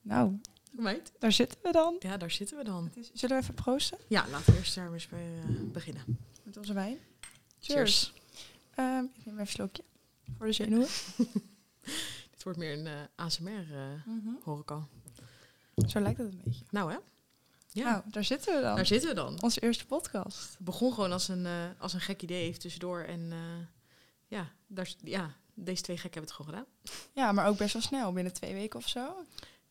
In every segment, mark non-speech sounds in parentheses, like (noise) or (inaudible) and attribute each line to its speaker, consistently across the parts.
Speaker 1: Nou,
Speaker 2: Meid.
Speaker 1: daar zitten we dan.
Speaker 2: Ja, daar zitten we dan.
Speaker 1: Het is- Zullen we even proosten
Speaker 2: Ja, laten we eerst daar maar eens mee eh, beginnen.
Speaker 1: met onze wijn?
Speaker 2: Cheers.
Speaker 1: Ehm, ik neem even een slokje voor de zenuwen.
Speaker 2: Dit wordt meer een eh, ASMR, eh hoor ik al.
Speaker 1: Zo lijkt het een beetje.
Speaker 2: Nou hè? Ja,
Speaker 1: Nou, daar zitten we dan.
Speaker 2: daar zitten we dan.
Speaker 1: Onze eerste podcast.
Speaker 2: Het begon gewoon als een, eh, als een gek idee even tussendoor. En eh, ja, daar, is- ja, deze twee gekken hebben het gewoon gedaan.
Speaker 1: Ja, maar ook best wel snel, binnen twee weken of zo.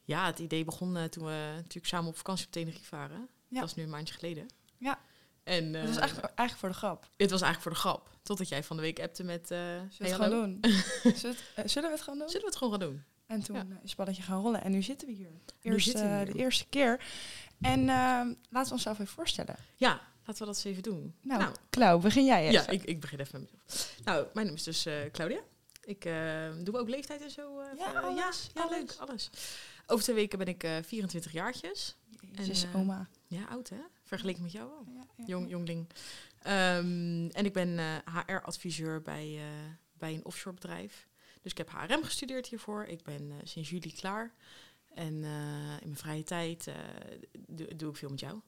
Speaker 2: Ja, het idee begon eh, toen we natuurlijk samen op vakantie op Tenerife waren.
Speaker 1: Ja.
Speaker 2: Dat is nu een maandje geleden.
Speaker 1: Ja.
Speaker 2: En eh,
Speaker 1: Dat was eigenlijk, eigenlijk voor de grap.
Speaker 2: het was eigenlijk voor de grap. Totdat jij van de week appte met... eh, hey,
Speaker 1: Zullen we het
Speaker 2: hallo.
Speaker 1: gewoon
Speaker 2: (laughs)
Speaker 1: doen? Zullen we het, eh, zullen we het gewoon doen?
Speaker 2: Zullen we het gewoon gaan doen?
Speaker 1: En toen
Speaker 2: Ja.
Speaker 1: eh, is het balletje gaan rollen en nu zitten we hier. Eerst,
Speaker 2: zitten we
Speaker 1: eh,
Speaker 2: hier.
Speaker 1: De eerste keer. En ehm, laten we onszelf even voorstellen.
Speaker 2: Ja, laten we dat eens even doen.
Speaker 1: Nou, Klauw, begin jij
Speaker 2: ja,
Speaker 1: even.
Speaker 2: ik, ik begin even met mezelf. Nou, mijn naam is dus eh, Claudia. Ik eh, doe ook leeftijd en zo. eh,
Speaker 1: Ja,
Speaker 2: voor-
Speaker 1: alles,
Speaker 2: ja, leuk,
Speaker 1: alles.
Speaker 2: alles. Over twee weken ben ik eh, 24 jaartjes.
Speaker 1: Jezus,
Speaker 2: En, eh,
Speaker 1: oma.
Speaker 2: Ja, oud hè? Vergeleken met jou wel.
Speaker 1: Ja, ja.
Speaker 2: Jong, jongling. Ehm, en ik ben HR-adviseur bij, eh, bij een offshore bedrijf. Dus ik heb HRM gestudeerd hiervoor. Ik ben eh, sinds juli klaar. En eh, in mijn vrije tijd eh, doe, doe ik veel met jou.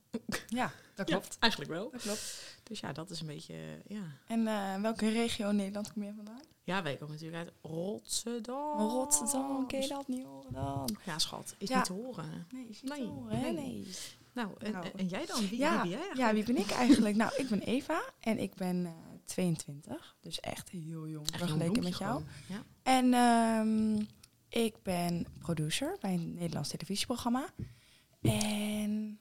Speaker 1: Ja, dat
Speaker 2: Ja,
Speaker 1: klopt.
Speaker 2: eigenlijk wel.
Speaker 1: Dat klopt.
Speaker 2: Dus ja, dat is een beetje, eh, ja.
Speaker 1: En eh, welke regio in Nederland kom je vandaan?
Speaker 2: Ja, wij komen natuurlijk uit Rotterdam. dus-
Speaker 1: Rotterdam, kun je dat niet horen dan?
Speaker 2: Ja, schat, is
Speaker 1: Ja.
Speaker 2: niet te horen.
Speaker 1: Nee, is
Speaker 2: niet
Speaker 1: niet
Speaker 2: te Nee, horen, hè? nee. Nou, en,
Speaker 1: Nou.
Speaker 2: en- en jij dan? Wie,
Speaker 1: Ja,
Speaker 2: wie ben jij eigenlijk?
Speaker 1: Ja, wie ben ik eigenlijk?
Speaker 2: (laughs)
Speaker 1: nou, ik ben Eva en ik ben eh, 22. Dus echt heel jong
Speaker 2: Echt een
Speaker 1: vergeleken met
Speaker 2: bloempje
Speaker 1: jou.
Speaker 2: gewoon. Ja.
Speaker 1: En ehm, ik ben producer bij een Nederlands televisieprogramma. En...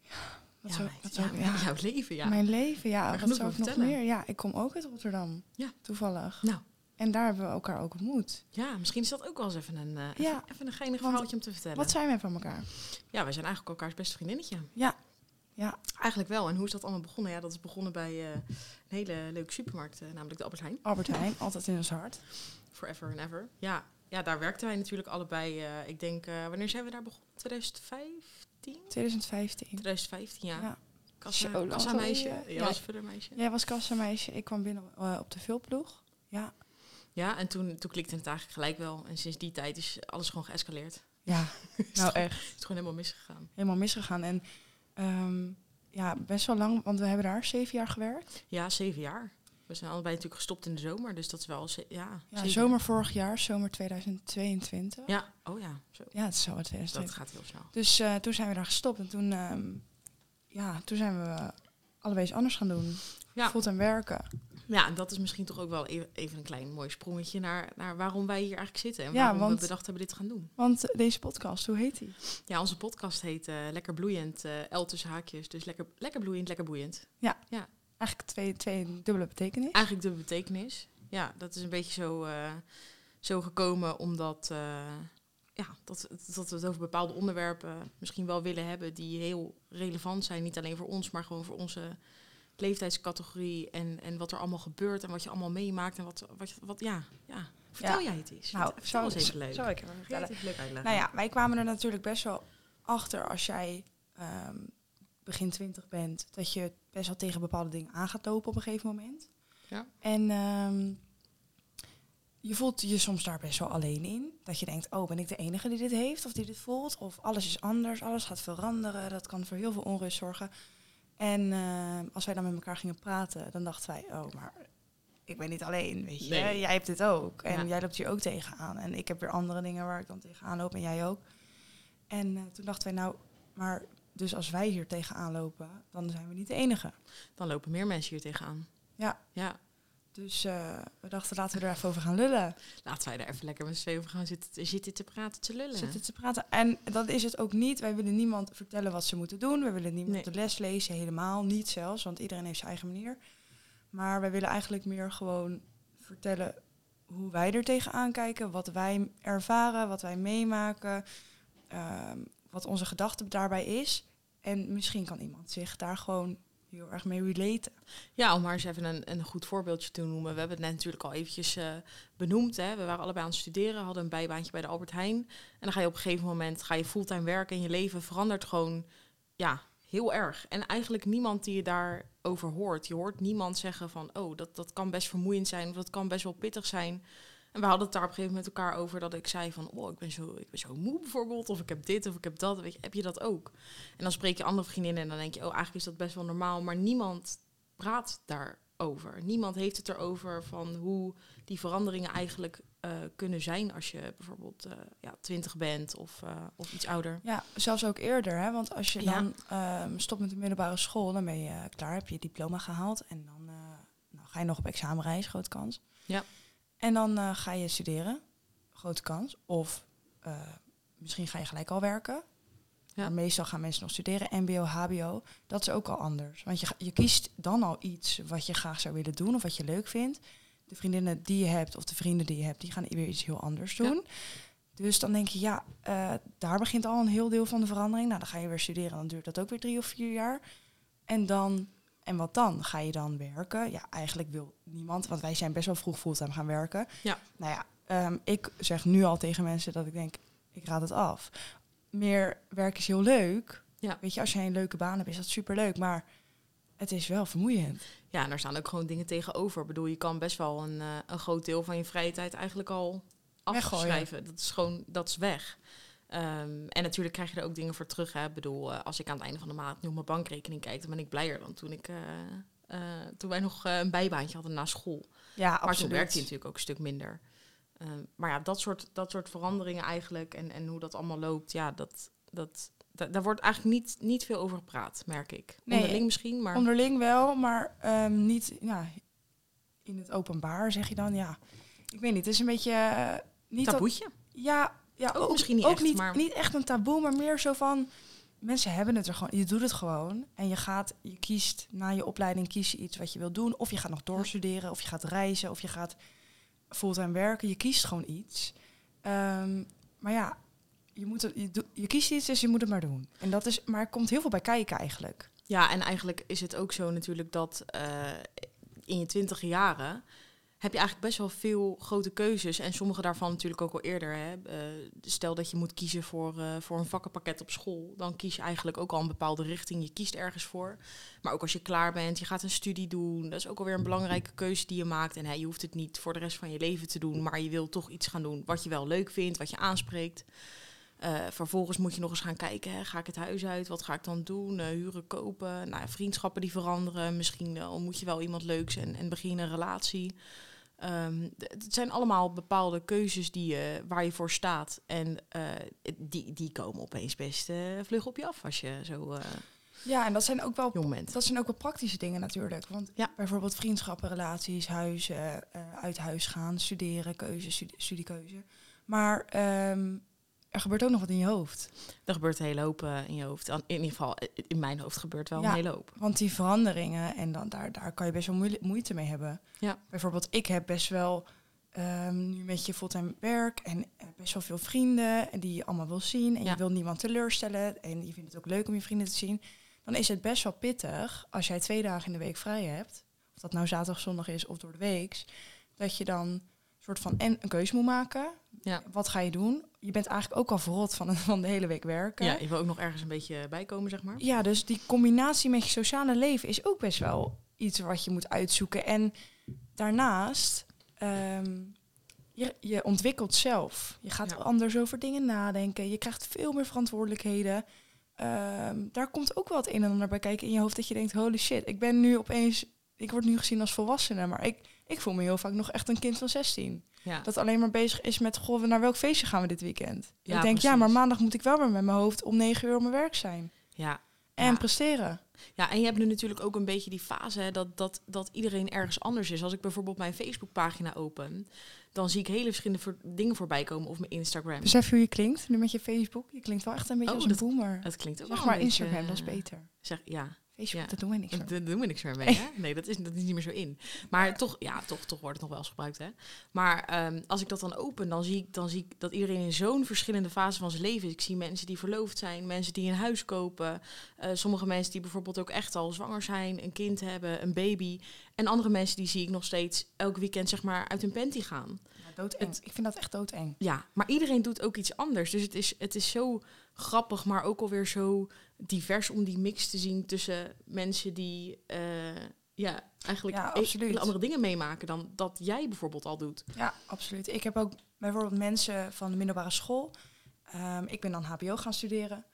Speaker 1: Ja, wat
Speaker 2: Ja,
Speaker 1: zou,
Speaker 2: meid,
Speaker 1: wat
Speaker 2: ja,
Speaker 1: zou, ja,
Speaker 2: jouw leven, ja.
Speaker 1: Mijn leven, ja.
Speaker 2: Maar
Speaker 1: wat
Speaker 2: genoeg
Speaker 1: zou
Speaker 2: te
Speaker 1: ik nog
Speaker 2: vertellen.
Speaker 1: meer? Ja, ik kom ook uit Rotterdam.
Speaker 2: Ja.
Speaker 1: Toevallig.
Speaker 2: Nou.
Speaker 1: En daar hebben we elkaar ook ontmoet.
Speaker 2: Ja, misschien is dat ook wel eens even een, eh,
Speaker 1: Ja.
Speaker 2: even, even een geinig
Speaker 1: Want-
Speaker 2: verhaaltje om te vertellen.
Speaker 1: Wat zijn wij van elkaar?
Speaker 2: Ja, wij zijn eigenlijk elkaars beste vriendinnetje.
Speaker 1: Ja. Ja.
Speaker 2: Eigenlijk wel. En hoe is dat allemaal begonnen? Ja, dat is begonnen bij eh, een hele leuke supermarkt, eh, namelijk de Albert Heijn.
Speaker 1: Albert Heijn, altijd in ons hart.
Speaker 2: Forever and ever. Ja, ja daar werkten wij natuurlijk allebei. eh, ik denk, eh, wanneer zijn we daar begonnen? 2015?
Speaker 1: 2015.
Speaker 2: 2015, ja.
Speaker 1: Ja.
Speaker 2: Kassa,
Speaker 1: Zo lang
Speaker 2: kassameisje. Ja,
Speaker 1: geleden. Ja.
Speaker 2: was vullermeisje.
Speaker 1: Jij was kassameisje, ik kwam binnen eh, op de vulploeg. Ja.
Speaker 2: Ja, en toen, toen klikte het eigenlijk gelijk wel. En sinds die tijd is alles gewoon geëscaleerd.
Speaker 1: Ja, (laughs)
Speaker 2: is,
Speaker 1: nou
Speaker 2: het,
Speaker 1: echt.
Speaker 2: is het gewoon helemaal misgegaan.
Speaker 1: Helemaal misgegaan. En ehm, ja, best wel lang, want we hebben daar zeven jaar gewerkt.
Speaker 2: Ja, zeven jaar. We zijn allebei natuurlijk gestopt in de zomer, dus dat is wel... ze- Ja,
Speaker 1: Ja,
Speaker 2: zeven
Speaker 1: zomer vorig jaar, zomer 2022. Ja,
Speaker 2: Ja, oh ja, zo.
Speaker 1: het is zo wat
Speaker 2: Dat
Speaker 1: 2022.
Speaker 2: gaat heel snel.
Speaker 1: Dus eh, toen zijn we daar gestopt en toen, ehm, ja, toen zijn we eh, allebei iets anders gaan doen.
Speaker 2: Ja.
Speaker 1: Fulltime werken.
Speaker 2: Ja, en dat is misschien toch ook wel e- even een klein mooi sprongetje naar, naar waarom wij hier eigenlijk zitten. En
Speaker 1: Ja,
Speaker 2: waarom
Speaker 1: want-
Speaker 2: we bedacht hebben dit te gaan doen.
Speaker 1: Want eh, deze podcast, hoe heet die?
Speaker 2: Ja, onze podcast heet eh, Lekker Bloeiend, eh L tussen haakjes. Dus lekker, lekker bloeiend, lekker boeiend.
Speaker 1: Eigenlijk twee, twee dubbele betekenis.
Speaker 2: Eigenlijk de betekenis. Ja, dat is een beetje zo, eh, zo gekomen omdat eh, ja, dat, dat we het over bepaalde onderwerpen misschien wel willen hebben die heel relevant zijn. Niet alleen voor ons, maar gewoon voor onze leeftijdscategorie en, en wat er allemaal gebeurt en wat je allemaal meemaakt en wat, wat, wat ja, ja. Vertel jij het eens.
Speaker 1: Nou,
Speaker 2: vertel
Speaker 1: zou-
Speaker 2: eens even leuk.
Speaker 1: Zou ik even
Speaker 2: Ga je
Speaker 1: vertellen?
Speaker 2: het even leuk uitleggen?
Speaker 1: Nou ja, wij kwamen er natuurlijk best wel achter als jij ehm, begin twintig bent, dat je best wel tegen bepaalde dingen aan gaat lopen op een gegeven moment.
Speaker 2: Ja.
Speaker 1: En ehm, je voelt je soms daar best wel alleen in. Dat je denkt, oh, ben ik de enige die dit heeft of die dit voelt? Of alles is anders, alles gaat veranderen. Dat kan voor heel veel onrust zorgen. En ehm, als wij dan met elkaar gingen praten, dan dachten wij, oh, maar ik ben niet alleen, weet je.
Speaker 2: Nee.
Speaker 1: Jij hebt dit ook. En
Speaker 2: Ja.
Speaker 1: jij loopt hier ook tegenaan. En ik heb weer andere dingen waar ik dan tegenaan loop en jij ook. En eh, toen dachten wij, nou, maar dus als wij hier tegenaan lopen, dan zijn we niet de enige.
Speaker 2: Dan lopen meer mensen hier tegenaan.
Speaker 1: Ja.
Speaker 2: Ja,
Speaker 1: Dus eh, we dachten, laten we er even over gaan lullen.
Speaker 2: laten wij er even lekker met z'n tweeën over gaan zitten, te- zitten te praten, te lullen.
Speaker 1: Zitten te praten. En dat is het ook niet. Wij willen niemand vertellen wat ze moeten doen. We willen niemand
Speaker 2: Nee.
Speaker 1: de les lezen. Helemaal niet zelfs, want iedereen heeft zijn eigen manier. Maar wij willen eigenlijk meer gewoon vertellen hoe wij er tegenaan kijken. Wat wij ervaren, wat wij meemaken. ehm, wat onze gedachte daarbij is. En misschien kan iemand zich daar gewoon heel erg mee relaten.
Speaker 2: Ja, om maar eens even een, een goed voorbeeldje te noemen. We hebben het net natuurlijk al eventjes eh, benoemd. Hè. We waren allebei aan het studeren, hadden een bijbaantje bij de Albert Heijn. En dan ga je op een gegeven moment ga je fulltime werken en je leven verandert gewoon ja, heel erg. En eigenlijk niemand die je daarover hoort. Je hoort niemand zeggen van, oh, dat, dat kan best vermoeiend zijn of dat kan best wel pittig zijn. En we hadden het daar op een gegeven moment met elkaar over dat ik zei van, oh, ik ben zo, ik ben zo moe bijvoorbeeld, of ik heb dit, of ik heb dat, weet je, heb je dat ook? En dan spreek je andere vriendinnen en dan denk je, oh, eigenlijk is dat best wel normaal, maar niemand praat daarover. Niemand heeft het erover van hoe die veranderingen eigenlijk eh, kunnen zijn als je bijvoorbeeld eh, ja, twintig bent of, eh, of iets ouder.
Speaker 1: Ja, zelfs ook eerder. Hè? Want als je
Speaker 2: Ja.
Speaker 1: dan ehm, stopt met de middelbare school, dan ben je eh, klaar, heb je je diploma gehaald. En dan eh, nou, ga je nog op examenreis, grote kans.
Speaker 2: Ja.
Speaker 1: En dan eh, ga je studeren, grote kans. Of eh, misschien ga je gelijk al werken.
Speaker 2: Ja.
Speaker 1: Maar meestal gaan mensen nog studeren, mbo, hbo. Dat is ook al anders. Want je, ga- je kiest dan al iets wat je graag zou willen doen of wat je leuk vindt. De vriendinnen die je hebt of de vrienden die je hebt, die gaan weer iets heel anders
Speaker 2: Ja.
Speaker 1: doen. Dus dan denk je, ja, eh, daar begint al een heel deel van de verandering. Nou, dan ga je weer studeren, dan duurt dat ook weer drie of vier jaar. En dan, en wat dan? Ga je dan werken? Ja, eigenlijk wil niemand, want wij zijn best wel vroeg fulltime gaan werken.
Speaker 2: Ja.
Speaker 1: Nou ja, ehm, ik zeg nu al tegen mensen dat ik denk, ik raad het af. Meer werk is heel leuk.
Speaker 2: Ja.
Speaker 1: Weet je, als jij een leuke baan hebt, is dat superleuk. Maar het is wel vermoeiend.
Speaker 2: Ja, en daar staan ook gewoon dingen tegenover. Ik bedoel, je kan best wel een, eh, een groot deel van je vrije tijd eigenlijk al
Speaker 1: Weggooien.
Speaker 2: afschrijven. Dat is gewoon, dat is weg. Ehm, en natuurlijk krijg je er ook dingen voor terug. Hè. Ik bedoel, eh, als ik aan het einde van de maand nu op mijn bankrekening kijk, dan ben ik blijer dan toen ik... eh, eh, toen wij nog eh, een bijbaantje hadden na school.
Speaker 1: Ja,
Speaker 2: Maar toen werkte je natuurlijk ook een stuk minder. Ehm, maar ja, dat soort, dat soort veranderingen eigenlijk en, en hoe dat allemaal loopt, ja, dat, dat, da- daar wordt eigenlijk niet, niet veel over gepraat, merk ik.
Speaker 1: Nee.
Speaker 2: Onderling misschien, maar...
Speaker 1: Onderling wel, maar ehm, niet ja, in het openbaar, zeg je dan. Ja, ik weet niet. Het is een beetje... eh, niet dat-
Speaker 2: Taboetje.
Speaker 1: ja, ja,
Speaker 2: Ook misschien niet
Speaker 1: ook
Speaker 2: echt,
Speaker 1: niet,
Speaker 2: maar-
Speaker 1: niet echt een taboe, maar meer zo van... Mensen hebben het er gewoon. Je doet het gewoon. En je gaat, je kiest na je opleiding kies je iets wat je wil doen. Of je gaat nog doorstuderen, of je gaat reizen, of je gaat fulltime werken. Je kiest gewoon iets. Ehm, maar ja, je, moet het, je, doet- je kiest iets, dus je moet het maar doen. En dat is, maar er komt heel veel bij kijken eigenlijk.
Speaker 2: Ja, en eigenlijk is het ook zo natuurlijk dat eh, in je twintig jaren heb je eigenlijk best wel veel grote keuzes. En sommige daarvan natuurlijk ook al eerder. Hè. Eh, stel dat je moet kiezen voor, eh, voor een vakkenpakket op school. Dan kies je eigenlijk ook al een bepaalde richting. Je kiest ergens voor. Maar ook als je klaar bent, je gaat een studie doen. Dat is ook alweer een belangrijke keuze die je maakt. En hè, je hoeft het niet voor de rest van je leven te doen. Maar je wil toch iets gaan doen wat je wel leuk vindt, wat je aanspreekt. Eh, vervolgens moet je nog eens gaan kijken, hè, ga ik het huis uit? Wat ga ik dan doen? Eh, huren, kopen? Nou, ja, vriendschappen die veranderen. Misschien eh, ontmoet je wel iemand leuks en, en begin je een relatie. Ehm, d- het zijn allemaal bepaalde keuzes die je, waar je voor staat. En eh, die, die komen opeens best eh, vlug op je af als je zo eh,
Speaker 1: Ja, en dat zijn ook wel
Speaker 2: jong bent.
Speaker 1: Dat zijn ook wel praktische dingen natuurlijk. Want
Speaker 2: Ja.
Speaker 1: bijvoorbeeld vriendschappen, relaties, huizen, eh, uit huis gaan, studeren, keuze, studie- studiekeuze. Maar ehm, er gebeurt ook nog wat in je hoofd.
Speaker 2: Er gebeurt een hele hoop eh, in je hoofd. An- In ieder geval, eh, in mijn hoofd gebeurt wel
Speaker 1: Ja.
Speaker 2: een hele hoop.
Speaker 1: Want die veranderingen, en dan, daar, daar kan je best wel moeile- moeite mee hebben.
Speaker 2: Ja.
Speaker 1: Bijvoorbeeld, ik heb best wel ehm, nu met je fulltime werk en eh, best wel veel vrienden en die je allemaal wil zien. En
Speaker 2: Ja.
Speaker 1: je wil niemand teleurstellen en je vindt het ook leuk om je vrienden te zien. Dan is het best wel pittig als jij twee dagen in de week vrij hebt. Of dat nou zaterdag, zondag is of door de week. Dat je dan soort van en een keuze moet maken.
Speaker 2: Ja.
Speaker 1: Wat ga je doen? Je bent eigenlijk ook al verrot van, (laughs) van de hele week werken.
Speaker 2: Ja, je wil ook nog ergens een beetje bijkomen, zeg maar.
Speaker 1: Ja, dus die combinatie met je sociale leven is ook best wel iets wat je moet uitzoeken. En daarnaast, ehm, je, je ontwikkelt zelf. Je gaat
Speaker 2: Ja.
Speaker 1: anders over dingen nadenken. Je krijgt veel meer verantwoordelijkheden. Ehm, daar komt ook wel het een en ander bij kijken in je hoofd dat je denkt, holy shit, ik ben nu opeens, ik word nu gezien als volwassene, maar ik, ik voel me heel vaak nog echt een kind van 16.
Speaker 2: Ja.
Speaker 1: Dat alleen maar bezig is met, goh, naar welk feestje gaan we dit weekend?
Speaker 2: Ja,
Speaker 1: ik denk, ja,
Speaker 2: precies.
Speaker 1: maar maandag moet ik wel weer met mijn hoofd om negen uur op mijn werk zijn.
Speaker 2: ja.
Speaker 1: En
Speaker 2: Ja.
Speaker 1: presteren.
Speaker 2: Ja, en je hebt nu natuurlijk ook een beetje die fase hè, dat, dat, dat iedereen ergens anders is. Als ik bijvoorbeeld mijn Facebookpagina open, dan zie ik hele verschillende voor- dingen voorbij komen of mijn Instagram.
Speaker 1: Besef hoe je klinkt. Nu met je Facebook. Je klinkt wel echt een beetje
Speaker 2: Oh,
Speaker 1: als een
Speaker 2: dat-
Speaker 1: boomer.
Speaker 2: Het klinkt ook
Speaker 1: Zeg
Speaker 2: wel
Speaker 1: maar
Speaker 2: een beetje,
Speaker 1: Instagram, dat is
Speaker 2: eh,
Speaker 1: beter.
Speaker 2: Zeg, ja,
Speaker 1: Facebook,
Speaker 2: ja.
Speaker 1: dat doen we niks meer.
Speaker 2: daar doen we niks meer mee. Hè? Nee, dat is, dat is niet meer zo in. Maar toch, ja, toch, toch wordt het nog wel eens gebruikt. Hè? Maar ehm, als ik dat dan open, dan zie, ik, dan zie ik dat iedereen in zo'n verschillende fase van zijn leven is. Ik zie mensen die verloofd zijn, mensen die een huis kopen. eh, sommige mensen die bijvoorbeeld ook echt al zwanger zijn, een kind hebben, een baby. En andere mensen die zie ik nog steeds elk weekend zeg maar uit hun panty gaan.
Speaker 1: Doodeng. ik vind dat echt doodeng.
Speaker 2: Ja, maar iedereen doet ook iets anders. Dus het is, het is zo grappig, maar ook alweer zo divers om die mix te zien tussen mensen die eh, ja, eigenlijk
Speaker 1: Ja,
Speaker 2: e-
Speaker 1: absoluut.
Speaker 2: hele andere dingen meemaken dan dat jij bijvoorbeeld al doet.
Speaker 1: Ja, absoluut. Ik heb ook bijvoorbeeld mensen van de middelbare school. Ehm, ik ben dan HBO gaan studeren.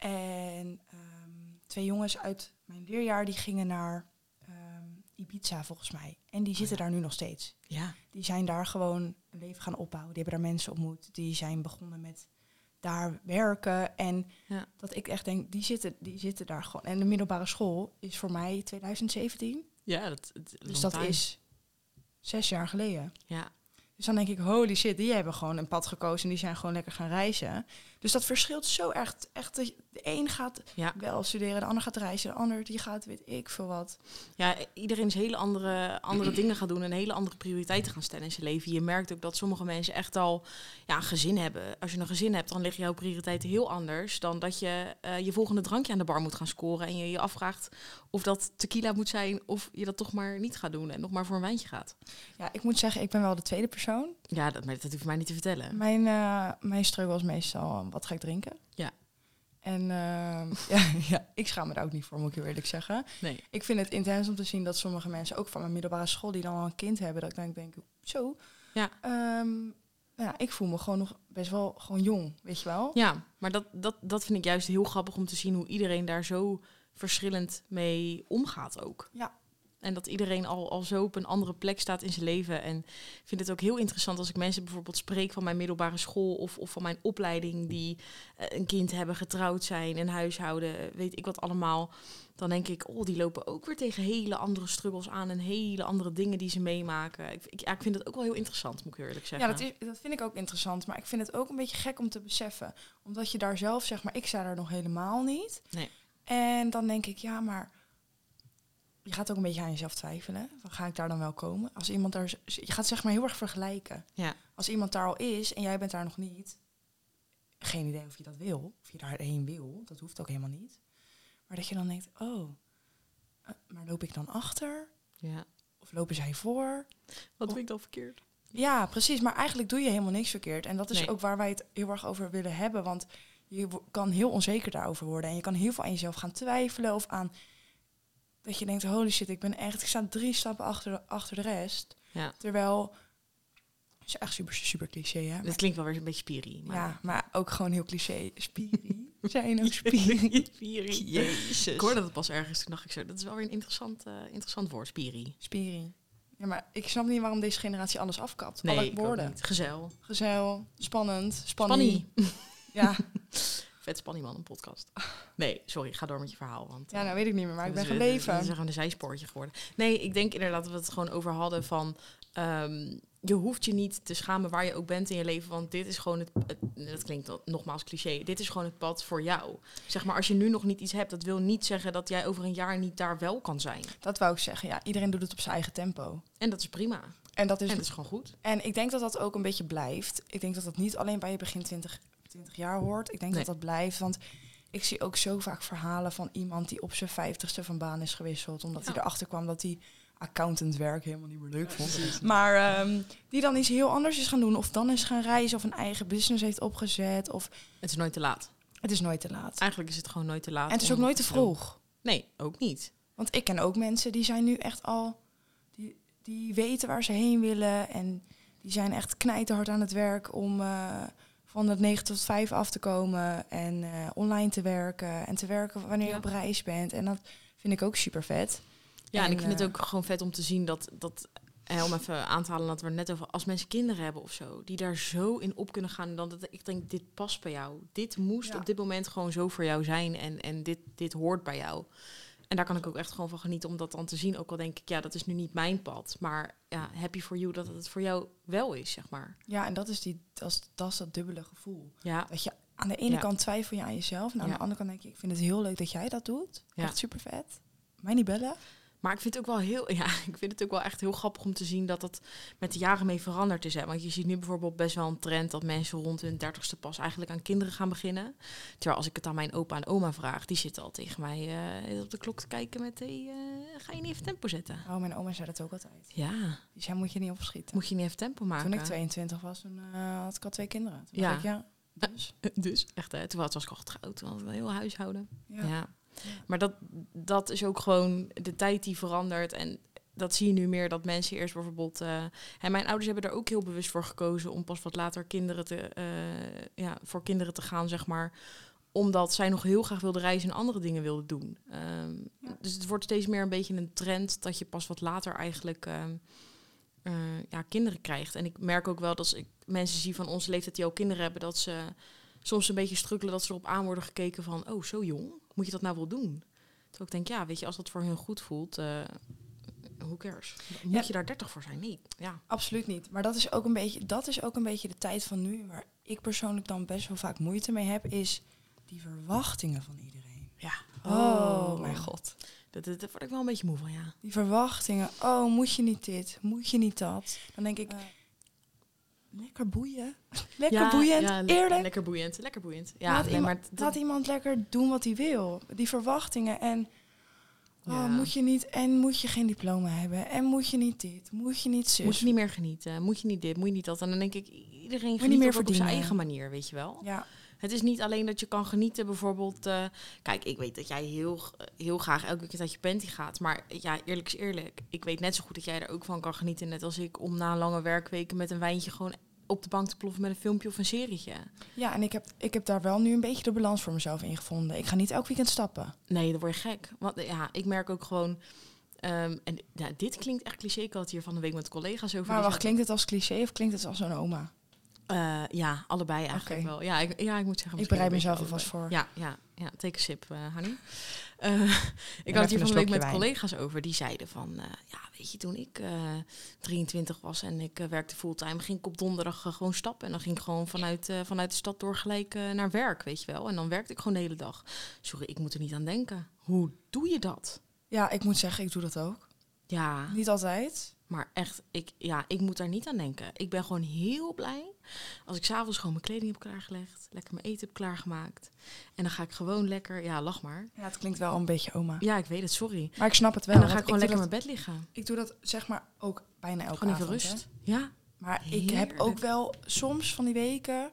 Speaker 1: En ehm, twee jongens uit mijn leerjaar die gingen naar ehm, Ibiza volgens mij. En
Speaker 2: Oh
Speaker 1: die zitten daar nu nog steeds.
Speaker 2: Ja,
Speaker 1: Die zijn daar gewoon een leven gaan opbouwen. Die hebben daar mensen ontmoet. Die zijn begonnen met daar werken. En
Speaker 2: Ja.
Speaker 1: dat ik echt denk, die zitten, die zitten daar gewoon. En de middelbare school is voor mij 2017.
Speaker 2: ja dat, het-
Speaker 1: Dus
Speaker 2: long
Speaker 1: dat
Speaker 2: time.
Speaker 1: is zes jaar geleden.
Speaker 2: Ja,
Speaker 1: Dus dan denk ik, holy shit, die hebben gewoon een pad gekozen en die zijn gewoon lekker gaan reizen. Dus dat verschilt zo echt. echt dat je- de een gaat
Speaker 2: Ja.
Speaker 1: wel studeren, de ander gaat reizen, de ander die gaat weet ik veel wat.
Speaker 2: ja, iedereen is hele andere, andere (clears throat) dingen gaan doen en hele andere prioriteiten gaan stellen in zijn leven. Je merkt ook dat sommige mensen echt al ja, een gezin hebben. Als je een gezin hebt, dan liggen jouw prioriteiten heel anders dan dat je eh, je volgende drankje aan de bar moet gaan scoren. En je je afvraagt of dat tequila moet zijn of je dat toch maar niet gaat doen en nog maar voor een wijntje gaat.
Speaker 1: Ja, ik moet zeggen, ik ben wel de tweede persoon.
Speaker 2: Ja, dat, maar dat hoef je mij niet te vertellen.
Speaker 1: Mijn, eh mijn struggle is meestal, eh, wat ga ik drinken?
Speaker 2: Ja.
Speaker 1: En ehm, (laughs) ja, ja, ik schaam me daar ook niet voor, moet ik heel eerlijk zeggen.
Speaker 2: Nee.
Speaker 1: Ik vind het intens om te zien dat sommige mensen, ook van mijn middelbare school, die dan al een kind hebben, dat ik dan denk, zo.
Speaker 2: Ja.
Speaker 1: Ehm, nou ja, ik voel me gewoon nog best wel gewoon jong, weet je wel?
Speaker 2: Ja, maar dat, dat, dat vind ik juist heel grappig om te zien hoe iedereen daar zo verschillend mee omgaat ook.
Speaker 1: Ja.
Speaker 2: En dat iedereen al, al zo op een andere plek staat in zijn leven. En ik vind het ook heel interessant als ik mensen bijvoorbeeld spreek van mijn middelbare school of, of van mijn opleiding die eh, een kind hebben, getrouwd zijn, een huishouden, weet ik wat allemaal. Dan denk ik, oh, die lopen ook weer tegen hele andere struggles aan en hele andere dingen die ze meemaken. Ik, ik, ja, ik vind dat ook wel heel interessant, moet ik eerlijk zeggen.
Speaker 1: Ja, dat, is, dat vind ik ook interessant. Maar ik vind het ook een beetje gek om te beseffen. Omdat je daar zelf, zeg maar, ik sta daar nog helemaal niet.
Speaker 2: Nee.
Speaker 1: En dan denk ik, ja, maar je gaat ook een beetje aan jezelf twijfelen. Van, ga ik daar dan wel komen? Als iemand daar, z- je gaat zeg maar heel erg vergelijken.
Speaker 2: Ja.
Speaker 1: Als iemand daar al is en jij bent daar nog niet. Geen idee of je dat wil. Of je daarheen wil. Dat hoeft ook helemaal niet. Maar dat je dan denkt, oh, eh, maar loop ik dan achter?
Speaker 2: ja.
Speaker 1: Of lopen zij voor?
Speaker 2: Wat vind ik dan verkeerd?
Speaker 1: Ja, precies. Maar eigenlijk doe je helemaal niks verkeerd. En dat is
Speaker 2: Nee.
Speaker 1: ook waar wij het heel erg over willen hebben. Want je wo- kan heel onzeker daarover worden. En je kan heel veel aan jezelf gaan twijfelen. Of aan dat je denkt, holy shit, ik ben echt... Ik sta drie stappen achter de, achter de rest.
Speaker 2: Ja.
Speaker 1: Terwijl... Het is echt super, super cliché, hè?
Speaker 2: Het klinkt wel weer een beetje spiri. Maar (laughs)
Speaker 1: ja, maar ook gewoon heel cliché. Spiri. Zijn ook spiri.
Speaker 2: spiri.
Speaker 1: Jezus.
Speaker 2: Ik hoorde dat pas ergens, toen dacht ik zo, dat is wel weer een interessant, eh, interessant woord, spiri.
Speaker 1: Spiri. Ja, maar ik snap niet waarom deze generatie alles afkapt. Alle
Speaker 2: ik ook
Speaker 1: woorden.
Speaker 2: niet. Gezel.
Speaker 1: Gezel, spannend, spanning.
Speaker 2: Spannie.
Speaker 1: Ja.
Speaker 2: Vet Spannieman, een
Speaker 1: (laughs)
Speaker 2: podcast. Nee, sorry, ga door met je verhaal. Want,
Speaker 1: ja, nou weet ik niet meer, maar ik ben
Speaker 2: We zijn
Speaker 1: gebleven.
Speaker 2: gewoon een zijspoortje geworden. Nee, ik denk inderdaad dat we het gewoon over hadden van... ehm, je hoeft je niet te schamen waar je ook bent in je leven. Want dit is gewoon het... het- dat klinkt dan nogmaals cliché. Dit is gewoon het pad voor jou. Zeg maar, als je nu nog niet iets hebt... dat wil niet zeggen dat jij over een jaar niet daar wel kan zijn.
Speaker 1: Dat wou ik zeggen, ja. Iedereen doet het op zijn eigen tempo.
Speaker 2: En dat is prima.
Speaker 1: En, dat
Speaker 2: En
Speaker 1: is,
Speaker 2: dat is gewoon goed.
Speaker 1: en ik denk dat dat ook een beetje blijft. Ik denk dat dat niet alleen bij je begin 20, 20 jaar hoort. Ik denk
Speaker 2: Nee.
Speaker 1: dat dat blijft, want ik zie ook zo vaak verhalen van iemand die op zijn vijftigste van baan is gewisseld. Omdat hij
Speaker 2: Ja.
Speaker 1: erachter kwam dat hij accountantwerk helemaal niet meer leuk vond. Maar ehm, die dan iets heel anders is gaan doen. Of dan is gaan reizen of een eigen business heeft opgezet. Of
Speaker 2: Het is nooit te laat.
Speaker 1: het is nooit te laat.
Speaker 2: Eigenlijk is het gewoon nooit te laat.
Speaker 1: En het is ook
Speaker 2: om
Speaker 1: nooit te
Speaker 2: wat doen.
Speaker 1: vroeg.
Speaker 2: Nee, ook niet.
Speaker 1: Want ik ken ook mensen die zijn nu echt al... Die, die weten waar ze heen willen. En die zijn echt knijterhard aan het werk om eh, van het 9 tot 5 af te komen. En eh, online te werken. En te werken wanneer je
Speaker 2: Ja.
Speaker 1: op reis bent. En dat vind ik ook super vet.
Speaker 2: Ja, en,
Speaker 1: En,
Speaker 2: ik vind
Speaker 1: eh,
Speaker 2: het ook gewoon vet om te zien dat, dat eh, om even aan te halen dat we er net over, als mensen kinderen hebben of zo, die daar zo in op kunnen gaan, dan dat ik denk, dit past bij jou. Dit moest
Speaker 1: Ja.
Speaker 2: op dit moment gewoon zo voor jou zijn en, en dit, dit hoort bij jou. En daar kan ik ook echt gewoon van genieten om dat dan te zien. Ook al denk ik, ja, dat is nu niet mijn pad. Maar ja, happy for you dat het voor jou wel is, zeg maar.
Speaker 1: Ja, en dat is, die, dat, is, dat, is dat dubbele gevoel.
Speaker 2: Ja,
Speaker 1: Dat je aan de ene
Speaker 2: Ja.
Speaker 1: kant twijfel je aan jezelf. En aan
Speaker 2: Ja.
Speaker 1: de andere kant denk je, ik vind het heel leuk dat jij dat doet.
Speaker 2: Ja.
Speaker 1: Echt super vet. Mij niet bellen.
Speaker 2: Maar ik vind het ook wel heel, (laughs) ja, ik vind het ook wel echt heel grappig om te zien dat dat met de jaren mee veranderd is. Hè? Want je ziet nu bijvoorbeeld best wel een trend dat mensen rond hun dertigste pas eigenlijk aan kinderen gaan beginnen. Terwijl als ik het aan mijn opa en oma vraag, die zitten al tegen mij eh, op de klok te kijken met, hey, eh, ga je niet even tempo zetten?
Speaker 1: Oh, mijn oma zei dat ook altijd.
Speaker 2: Ja,
Speaker 1: Die zei, moet je niet opschieten.
Speaker 2: moet je niet even tempo maken?
Speaker 1: Toen
Speaker 2: (laughs)
Speaker 1: ik 22 was, toen eh, had ik al twee kinderen. Toen
Speaker 2: Ja.
Speaker 1: dacht ik, ja, dus.
Speaker 2: Dus, echt hè, toen was was ik al getrouwd, toen had ik een heel huishouden.
Speaker 1: Ja.
Speaker 2: Ja. ja. Maar dat, dat is ook gewoon de tijd die verandert. En dat zie je nu meer dat mensen eerst bijvoorbeeld. eh, en mijn ouders hebben er ook heel bewust voor gekozen om pas wat later kinderen te, eh, ja, voor kinderen te gaan, zeg maar. Omdat zij nog heel graag wilden reizen en andere dingen wilden doen. Ehm,
Speaker 1: Ja.
Speaker 2: Dus het wordt steeds meer een beetje een trend dat je pas wat later eigenlijk. ehm, eh, ja, kinderen krijgt. En ik merk ook wel dat als ik mensen zie van onze leeftijd die al kinderen hebben, dat ze soms een beetje strukkelen dat ze erop aan worden gekeken van, oh, zo jong, moet je dat nou wel doen? Terwijl ik denk, ja, weet je, als dat voor hun goed voelt, eh hoe cares? Moet
Speaker 1: Ja.
Speaker 2: je daar 30 voor zijn? Nee. Ja.
Speaker 1: Absoluut niet. Maar dat is, ook een beetje, dat is ook een beetje de tijd van nu waar ik persoonlijk dan best wel vaak moeite mee heb, is die verwachtingen van iedereen.
Speaker 2: ja.
Speaker 1: Oh.
Speaker 2: Oh
Speaker 1: god.
Speaker 2: Dat- dat- Daar word ik wel een beetje moe van, ja.
Speaker 1: Die verwachtingen. Oh, moet je niet dit? Moet je niet dat? Dan denk ik, lekker boeien. (laughs) lekker
Speaker 2: ja,
Speaker 1: boeiend,
Speaker 2: ja, le-
Speaker 1: eerlijk.
Speaker 2: Lekker boeiend, lekker boeiend. Ja,
Speaker 1: laat,
Speaker 2: nee,
Speaker 1: iemand,
Speaker 2: maar het-
Speaker 1: laat iemand lekker doen wat hij wil. Die verwachtingen en... Oh,
Speaker 2: Ja.
Speaker 1: moet je niet... En moet je geen diploma hebben. En moet je niet dit. Moet je niet zus.
Speaker 2: Moet je niet meer genieten, moet je niet dit, moet je niet dat. En dan denk ik, iedereen
Speaker 1: niet
Speaker 2: geniet
Speaker 1: meer
Speaker 2: ook op zijn
Speaker 1: verdienen.
Speaker 2: eigen manier, weet je wel.
Speaker 1: Ja,
Speaker 2: Het is niet alleen dat je kan genieten, bijvoorbeeld. eh, kijk, ik weet dat jij heel, g- heel graag elke weekend dat je panty gaat. Maar ja, eerlijk is eerlijk. Ik weet net zo goed dat jij er ook van kan genieten. Net als ik om na een lange werkweken met een wijntje gewoon op de bank te ploffen met een filmpje of een serietje.
Speaker 1: ja en ik heb, ik heb daar wel nu een beetje de balans voor mezelf in gevonden. Ik ga niet elk weekend stappen.
Speaker 2: Nee, dan word je gek. Want eh, ja, ik merk ook gewoon. ehm, en ja, dit klinkt echt cliché. Ik had het hier van de week met collega's over.
Speaker 1: Maar
Speaker 2: die
Speaker 1: wacht, klinkt het als cliché of klinkt het als een oma?
Speaker 2: Eh, ja, allebei eigenlijk
Speaker 1: Oké.
Speaker 2: wel. Ja ik, ja, ik moet
Speaker 1: Ik
Speaker 2: zeggen. misschien
Speaker 1: bereid
Speaker 2: een beetje
Speaker 1: mezelf alvast
Speaker 2: allebei. Ja, ja, ja. Take a sip,
Speaker 1: (laughs)
Speaker 2: eh honey. Eh, ik
Speaker 1: even
Speaker 2: had het
Speaker 1: een
Speaker 2: hier van de week
Speaker 1: slokje
Speaker 2: met
Speaker 1: wijn.
Speaker 2: collega's over. Die zeiden van, eh, ja, weet je, toen ik eh, 23 was en ik eh, werkte fulltime, ging ik op donderdag eh, gewoon stappen. En dan ging ik gewoon vanuit, eh, vanuit de stad door gelijk eh, naar werk, weet je wel. En dan werkte ik gewoon de hele dag. Sorry, ik moet er niet aan denken. Hoe doe je dat?
Speaker 1: Ja, ik moet zeggen, ik doe dat ook.
Speaker 2: Ja.
Speaker 1: Niet altijd.
Speaker 2: Maar echt, ik, ja, ik moet daar niet aan denken. Ik ben gewoon heel blij als ik s'avonds gewoon mijn kleding heb klaargelegd. Lekker mijn eten heb klaargemaakt. En dan ga ik gewoon lekker, ja, lach maar.
Speaker 1: Ja, het klinkt wel een beetje oma.
Speaker 2: Ja, ik weet het, sorry.
Speaker 1: Maar ik snap het wel.
Speaker 2: En dan ga
Speaker 1: want
Speaker 2: ik gewoon
Speaker 1: doe
Speaker 2: lekker
Speaker 1: dat-
Speaker 2: in mijn bed liggen.
Speaker 1: Ik doe dat zeg maar ook bijna elke
Speaker 2: Gewoon even
Speaker 1: avond, hè.
Speaker 2: rust. Ja,
Speaker 1: Maar ik heb
Speaker 2: Heerlijk.
Speaker 1: ook wel soms van die weken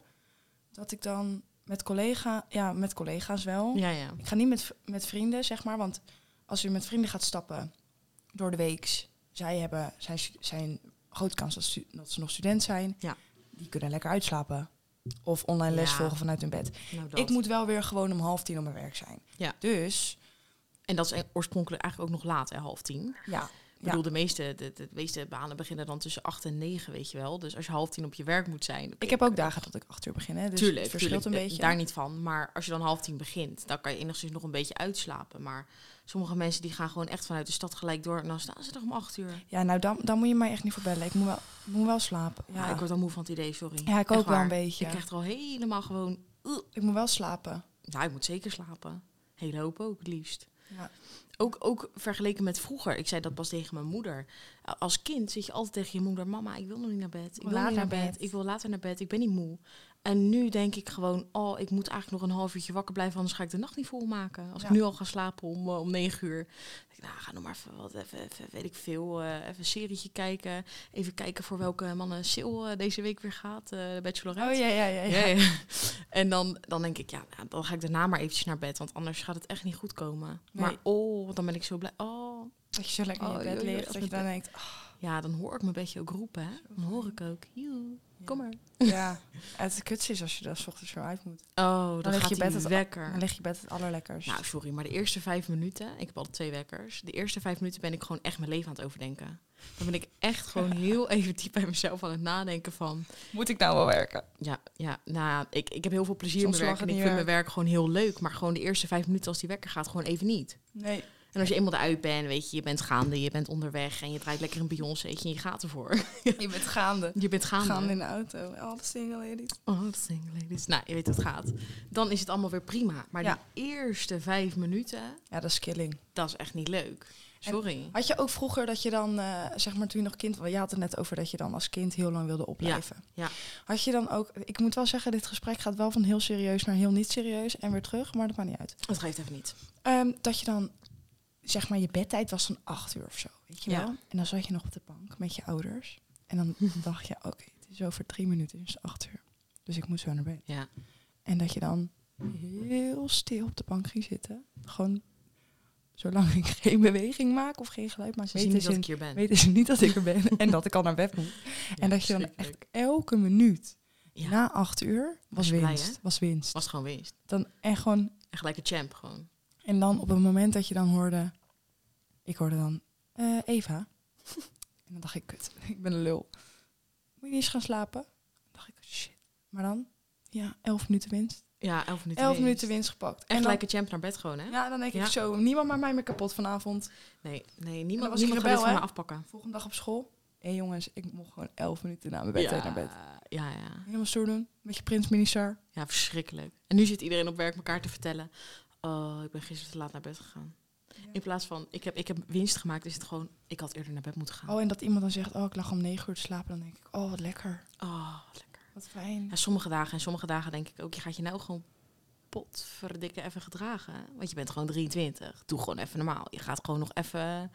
Speaker 1: dat ik dan met collega, ja, met collega's wel.
Speaker 2: ja, ja.
Speaker 1: Ik ga niet met, v- met vrienden, zeg maar, want als je met vrienden gaat stappen door de week, zij hebben, zij stu- zijn grote kans dat, stu- dat ze nog student zijn.
Speaker 2: Ja.
Speaker 1: Die kunnen lekker uitslapen of online les
Speaker 2: Ja.
Speaker 1: volgen vanuit hun bed.
Speaker 2: Nou, dat.
Speaker 1: Ik moet wel weer gewoon om half tien op mijn werk zijn.
Speaker 2: Ja.
Speaker 1: Dus
Speaker 2: En dat is e- oorspronkelijk eigenlijk ook nog laat, hè, half tien.
Speaker 1: ja,
Speaker 2: Ik bedoel, de meeste, de, de meeste banen beginnen dan tussen acht en negen, weet je wel. Dus als je half tien op je werk moet zijn...
Speaker 1: ik heb ook dagen dat ik acht uur begin, hè, dus
Speaker 2: tuurlijk,
Speaker 1: het verschilt
Speaker 2: tuurlijk,
Speaker 1: een
Speaker 2: eh,
Speaker 1: beetje.
Speaker 2: Daar niet van. Maar als je dan half tien begint, dan kan je enigszins nog een beetje uitslapen. Maar sommige mensen die gaan gewoon echt vanuit de stad gelijk door. En dan staan ze toch om acht uur.
Speaker 1: Ja, nou dan, dan moet je mij echt niet voor bellen. Ik moet wel, moet wel slapen.
Speaker 2: Ja, Ah, ik word al moe van het idee, sorry.
Speaker 1: Ja, ik
Speaker 2: Echt
Speaker 1: ook wel
Speaker 2: waar.
Speaker 1: een beetje.
Speaker 2: Ik krijg er al helemaal gewoon...
Speaker 1: Ik moet wel slapen.
Speaker 2: Nou, ik moet zeker slapen. Hele hoop ook, het liefst.
Speaker 1: Ja.
Speaker 2: Ook, ook vergeleken met vroeger. Ik zei dat pas tegen mijn moeder. A- Als kind zit je altijd tegen je moeder... Mama, ik wil nog niet naar bed. Ik wil later naar bed. Ik wil later naar bed. Ik ben niet moe. En nu denk ik gewoon... Oh, ik moet eigenlijk nog een half uurtje wakker blijven... anders ga ik de nacht niet volmaken. Als
Speaker 1: Ja.
Speaker 2: ik nu al ga slapen om, eh, om negen uur... denk ik, nou, ga nog maar even, wat, even, even weet ik veel... eh, even een serietje kijken. Even kijken voor welke mannen sale eh, deze week weer gaat. eh, de bachelorette.
Speaker 1: ja, ja, ja.
Speaker 2: Ja, ja. (laughs) En dan, dan denk ik, ja, nou, dan ga ik daarna maar eventjes naar bed. Want anders gaat het echt niet goed komen.
Speaker 1: Nee.
Speaker 2: Maar oh, dan ben ik zo blij. Oh,
Speaker 1: Dat je zo lekker in je
Speaker 2: Oh,
Speaker 1: bed
Speaker 2: joh, joh,
Speaker 1: ligt.
Speaker 2: dat
Speaker 1: Dat je
Speaker 2: met
Speaker 1: dan
Speaker 2: de- (laughs)
Speaker 1: denkt, ah,
Speaker 2: ja, dan hoor ik me een beetje ook roepen. Hè? Dan hoor ik ook, joe, kom maar.
Speaker 1: ja. Het kutste is als je er 's ochtends zo uit moet.
Speaker 2: Oh, dan,
Speaker 1: leg je
Speaker 2: gaat je
Speaker 1: bed
Speaker 2: bed
Speaker 1: het-
Speaker 2: wekker.
Speaker 1: Dan ligt je bed het allerlekkerst.
Speaker 2: Nou, sorry, maar de eerste vijf minuten, ik heb altijd twee wekkers. De eerste vijf minuten ben ik gewoon echt mijn leven aan het overdenken. Dan ben ik echt
Speaker 1: (laughs)
Speaker 2: gewoon heel even diep bij mezelf aan het nadenken van...
Speaker 1: moet ik nou wel werken?
Speaker 2: Ja, ja nou, ja, ik, ik heb heel veel plezier in
Speaker 1: Soms
Speaker 2: mijn werk.
Speaker 1: lag het
Speaker 2: En ik
Speaker 1: niet
Speaker 2: vind mijn werk gewoon heel leuk. Maar gewoon de eerste vijf minuten als die wekker gaat, gewoon even niet.
Speaker 1: (laughs) Nee.
Speaker 2: En als je eenmaal eruit bent, weet je, je bent gaande, je bent onderweg en je draait lekker een Beyoncé'tje en je gaat ervoor.
Speaker 1: Je bent gaande.
Speaker 2: (laughs) Je bent gaande.
Speaker 1: Gaande in de auto. All the single ladies.
Speaker 2: Oh, single ladies. Nou, je weet hoe het gaat. Dan is het allemaal weer prima. Maar
Speaker 1: Ja.
Speaker 2: die eerste vijf minuten,
Speaker 1: Ja, dat is killing.
Speaker 2: dat is echt niet leuk. Sorry.
Speaker 1: Had je ook vroeger dat je dan, eh, zeg maar toen je nog kind was... Je had het net over dat je dan als kind heel lang wilde opblijven.
Speaker 2: ja.
Speaker 1: Had je dan ook... Ik moet wel zeggen, dit gesprek gaat wel van heel serieus naar heel niet serieus. En weer terug, maar dat maakt niet uit.
Speaker 2: Dat geeft even niet.
Speaker 1: Ehm, dat je dan, zeg maar, je bedtijd was dan acht uur of zo, weet je
Speaker 2: Ja.
Speaker 1: wel? En dan zat je nog op de bank met je ouders. En
Speaker 2: (laughs)
Speaker 1: dan dacht je, oké, het is over drie minuten, het is acht uur. Dus ik moet zo naar bed.
Speaker 2: Ja.
Speaker 1: En dat je dan heel stil op de bank ging zitten. gewoon zolang ik (laughs) geen beweging maak of geen geluid maak,
Speaker 2: Ze zien niet
Speaker 1: weten ze,
Speaker 2: dat ik hier ben.
Speaker 1: weten ze niet dat ik er
Speaker 2: (laughs)
Speaker 1: ben en dat ik al naar bed moet.
Speaker 2: Ja,
Speaker 1: en dat je dan echt
Speaker 2: verschrikkelijk.
Speaker 1: elke minuut
Speaker 2: Ja.
Speaker 1: na acht uur was
Speaker 2: je blij,
Speaker 1: winst,
Speaker 2: hè?
Speaker 1: was winst.
Speaker 2: Was gewoon winst.
Speaker 1: Dan echt gewoon
Speaker 2: En gelijk een champ gewoon.
Speaker 1: en dan op het moment dat je dan hoorde, ik hoorde dan eh, Eva.
Speaker 2: (laughs)
Speaker 1: en dan dacht ik, kut, (laughs) ik ben een lul. Moet je niet eens gaan slapen? Dan dacht ik, shit. Maar dan, ja, elf minuten winst.
Speaker 2: Ja, elf minuten
Speaker 1: Elf
Speaker 2: winst.
Speaker 1: minuten winst gepakt.
Speaker 2: En
Speaker 1: dan,
Speaker 2: gelijk een champ naar bed gewoon, hè?
Speaker 1: ja, dan denk ik
Speaker 2: Ja.
Speaker 1: zo, niemand maakt mij meer kapot vanavond.
Speaker 2: Nee, nee,
Speaker 1: En dan
Speaker 2: niemand,
Speaker 1: was
Speaker 2: niemand
Speaker 1: ik
Speaker 2: gaat dit
Speaker 1: rebel,
Speaker 2: van
Speaker 1: hè?
Speaker 2: me afpakken.
Speaker 1: Volgende dag op school. Hé jongens, ik mocht gewoon elf minuten na mijn bedtijd naar bed.
Speaker 2: Ja, ja.
Speaker 1: Helemaal stoer doen, met je prins Minisar.
Speaker 2: Ja, verschrikkelijk. En nu zit iedereen op werk elkaar te vertellen. Oh, ik ben gisteren te laat naar bed gegaan. In plaats van, ik heb, ik heb winst gemaakt, is het gewoon, ik had eerder naar bed moeten gaan.
Speaker 1: Oh, en dat iemand dan zegt, oh, ik lag om negen uur te slapen. Dan denk ik, oh, wat lekker.
Speaker 2: Oh, wat lekker.
Speaker 1: Wat fijn.
Speaker 2: Ja, sommige dagen en sommige dagen denk ik ook, je gaat je nou gewoon potverdikken even gedragen. hè? Want je bent gewoon 23. Doe gewoon even normaal. Je gaat gewoon nog even,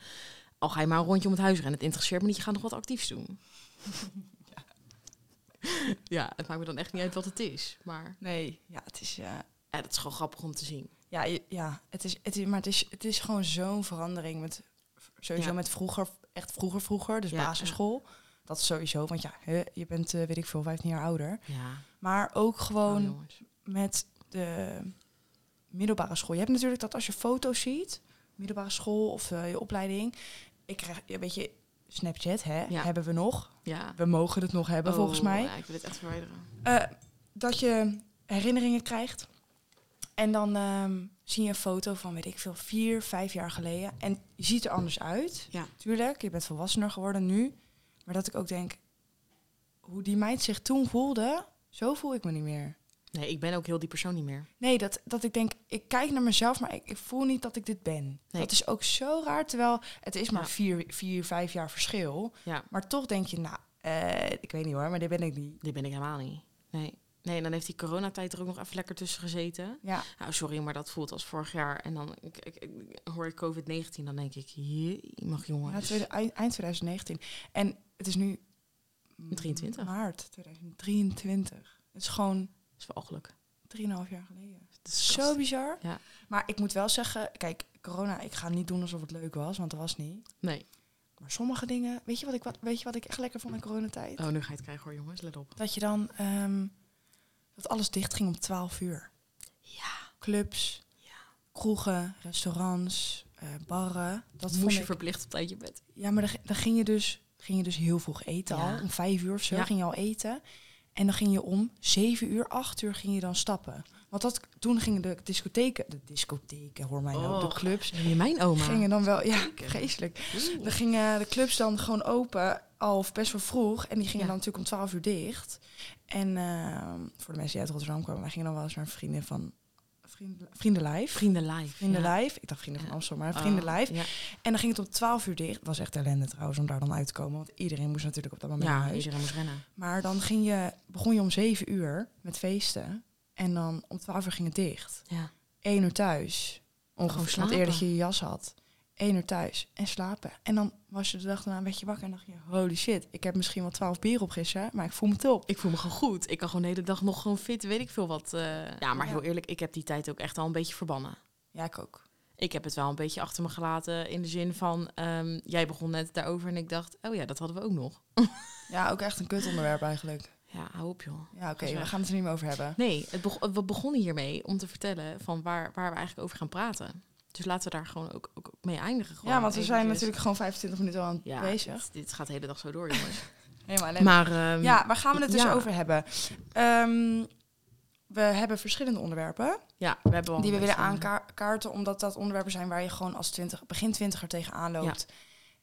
Speaker 2: al ga je maar een rondje om het huis rennen. Het interesseert me niet, je gaat nog wat
Speaker 1: (laughs)
Speaker 2: actiefs doen. ja. het maakt me dan echt niet uit wat het is. Maar
Speaker 1: Nee, ja, het is... ja.
Speaker 2: ja, dat is gewoon grappig om te zien.
Speaker 1: Ja, je- ja het is, het is, maar het is, het is gewoon zo'n verandering. Met, sowieso
Speaker 2: Ja.
Speaker 1: met vroeger, echt vroeger vroeger, dus
Speaker 2: Ja,
Speaker 1: basisschool. Dat is sowieso, want ja, hè, je bent, eh, weet ik veel, 15 jaar ouder.
Speaker 2: Ja,
Speaker 1: Maar ook
Speaker 2: oh,
Speaker 1: gewoon
Speaker 2: jongens.
Speaker 1: met de middelbare school. Je hebt natuurlijk dat als je foto's ziet, middelbare school of eh, je opleiding. Ik krijg, ja, weet je, Snapchat hè,
Speaker 2: Ja.
Speaker 1: hebben we nog.
Speaker 2: Ja.
Speaker 1: We mogen het nog hebben, volgens
Speaker 2: Oh,
Speaker 1: mij.
Speaker 2: Ja, ik wil dit echt verwijderen.
Speaker 1: Eh, dat je herinneringen krijgt. En dan ehm, zie je een foto van, weet ik veel, vier, vijf jaar geleden. En je ziet er anders uit.
Speaker 2: Ja.
Speaker 1: Tuurlijk, je bent volwassener geworden nu. Maar dat ik ook denk, hoe die meid zich toen voelde, zo voel ik me niet meer.
Speaker 2: Nee, ik ben ook heel die persoon niet meer.
Speaker 1: Nee, dat, dat ik denk, ik kijk naar mezelf, maar ik, ik voel niet dat ik dit ben.
Speaker 2: Nee.
Speaker 1: Dat is ook zo raar, terwijl het is maar
Speaker 2: Ja.
Speaker 1: vier, vier, vijf jaar verschil.
Speaker 2: Ja.
Speaker 1: Maar toch denk je, nou, eh, ik weet niet hoor, maar dit ben ik niet.
Speaker 2: Dit ben ik helemaal niet. Nee. Nee, en dan heeft die coronatijd er ook nog even lekker tussen gezeten.
Speaker 1: Ja,
Speaker 2: Nou, sorry, maar dat voelt als vorig jaar. En dan ik, ik, ik- hoor ik COVID-19, dan denk ik, jee, mag jongen.
Speaker 1: Ja, tweede- eind eind 2019. En het is nu... m-
Speaker 2: 23.
Speaker 1: Maart 2023. Het is gewoon
Speaker 2: Dat is wel ongeluk.
Speaker 1: 3,5 jaar geleden.
Speaker 2: Dat is
Speaker 1: Zo bizar.
Speaker 2: Ja.
Speaker 1: Maar ik moet wel zeggen, kijk, corona, ik ga niet doen alsof het leuk was, want dat was niet.
Speaker 2: Nee.
Speaker 1: Maar sommige dingen, weet je wat ik, wat, weet je wat ik echt lekker vond in coronatijd?
Speaker 2: Oh, nu ga je het krijgen hoor, jongens. Let op.
Speaker 1: Dat je dan, ehm, dat alles dicht ging om 12 uur.
Speaker 2: Ja.
Speaker 1: Clubs, kroegen, restaurants, eh, barren. Dat
Speaker 2: Dat
Speaker 1: vond
Speaker 2: moest je
Speaker 1: ik-
Speaker 2: verplicht op tijd je bed.
Speaker 1: Ja, maar dan, g- dan ging je dus, ging je dus heel vroeg eten
Speaker 2: Ja.
Speaker 1: al. Om vijf uur of zo
Speaker 2: Ja.
Speaker 1: ging je al eten. En dan ging je om zeven uur, acht uur ging je dan stappen. Want dat, toen gingen de discotheken, de discotheken hoor mij nou,
Speaker 2: Oh.
Speaker 1: de clubs.
Speaker 2: En mijn oma.
Speaker 1: Gingen dan wel, ja,
Speaker 2: Zeker.
Speaker 1: geestelijk.
Speaker 2: Oeh.
Speaker 1: Dan gingen de clubs dan gewoon open, al best wel vroeg. En die gingen
Speaker 2: Ja.
Speaker 1: dan natuurlijk om twaalf uur dicht. En ehm, voor de mensen die uit Rotterdam kwamen, wij gingen dan wel eens naar vrienden van... Vrienden, vrienden live.
Speaker 2: Vrienden live.
Speaker 1: Vrienden
Speaker 2: ja.
Speaker 1: live. Ik dacht vrienden van
Speaker 2: Ja.
Speaker 1: Amsterdam, maar vrienden
Speaker 2: Oh,
Speaker 1: live.
Speaker 2: Ja,
Speaker 1: En dan ging het om 12 uur dicht. Het was echt ellende trouwens om daar dan uit te komen. Want iedereen moest natuurlijk op dat moment naar
Speaker 2: ja
Speaker 1: huis.
Speaker 2: iedereen moest rennen.
Speaker 1: Maar dan ging je, begon je om 7 uur met feesten. En dan om 12 uur ging het dicht.
Speaker 2: Ja.
Speaker 1: 1 uur thuis.
Speaker 2: Gewoon
Speaker 1: Ongeveer. Want
Speaker 2: slapen.
Speaker 1: eerder dat je je jas had. 1 uur thuis en slapen. En dan was je de dag daarna een beetje wakker en dacht je... Holy shit, ik heb misschien wel 12 bier op gisteren, maar ik voel me top.
Speaker 2: Ik voel me gewoon goed. Ik kan gewoon de hele dag nog gewoon fit, weet ik veel wat. eh. Ja, maar
Speaker 1: Ja.
Speaker 2: heel eerlijk, ik heb die tijd ook echt al een beetje verbannen.
Speaker 1: Ja, ik ook.
Speaker 2: Ik heb het wel een beetje achter me gelaten in de zin van, ehm, jij begon net daarover en ik dacht, oh ja, dat hadden we ook nog.
Speaker 1: Ja, ook echt een kut onderwerp eigenlijk.
Speaker 2: Ja, hou op joh.
Speaker 1: Ja, oké,
Speaker 2: Gezellig.
Speaker 1: we gaan het er niet meer over hebben.
Speaker 2: Nee, het beg- we begonnen hiermee om te vertellen van waar, waar we eigenlijk over gaan praten. Dus laten we daar gewoon ook, ook mee eindigen. Gewoon
Speaker 1: Ja, want we zijn
Speaker 2: eventjes.
Speaker 1: natuurlijk gewoon eh, 25 minuten al aan het
Speaker 2: Ja,
Speaker 1: bezig.
Speaker 2: Dit, dit gaat de hele dag zo door,
Speaker 1: (laughs)
Speaker 2: jongens.
Speaker 1: Helemaal ellende.
Speaker 2: maar ehm,
Speaker 1: Ja, waar gaan we het dus
Speaker 2: ja.
Speaker 1: over hebben? Ehm, we hebben verschillende onderwerpen
Speaker 2: ja, we hebben al
Speaker 1: die we
Speaker 2: een
Speaker 1: willen
Speaker 2: beetje-
Speaker 1: aankaarten, omdat dat onderwerpen zijn waar je gewoon als 20, begin twintiger tegenaan loopt.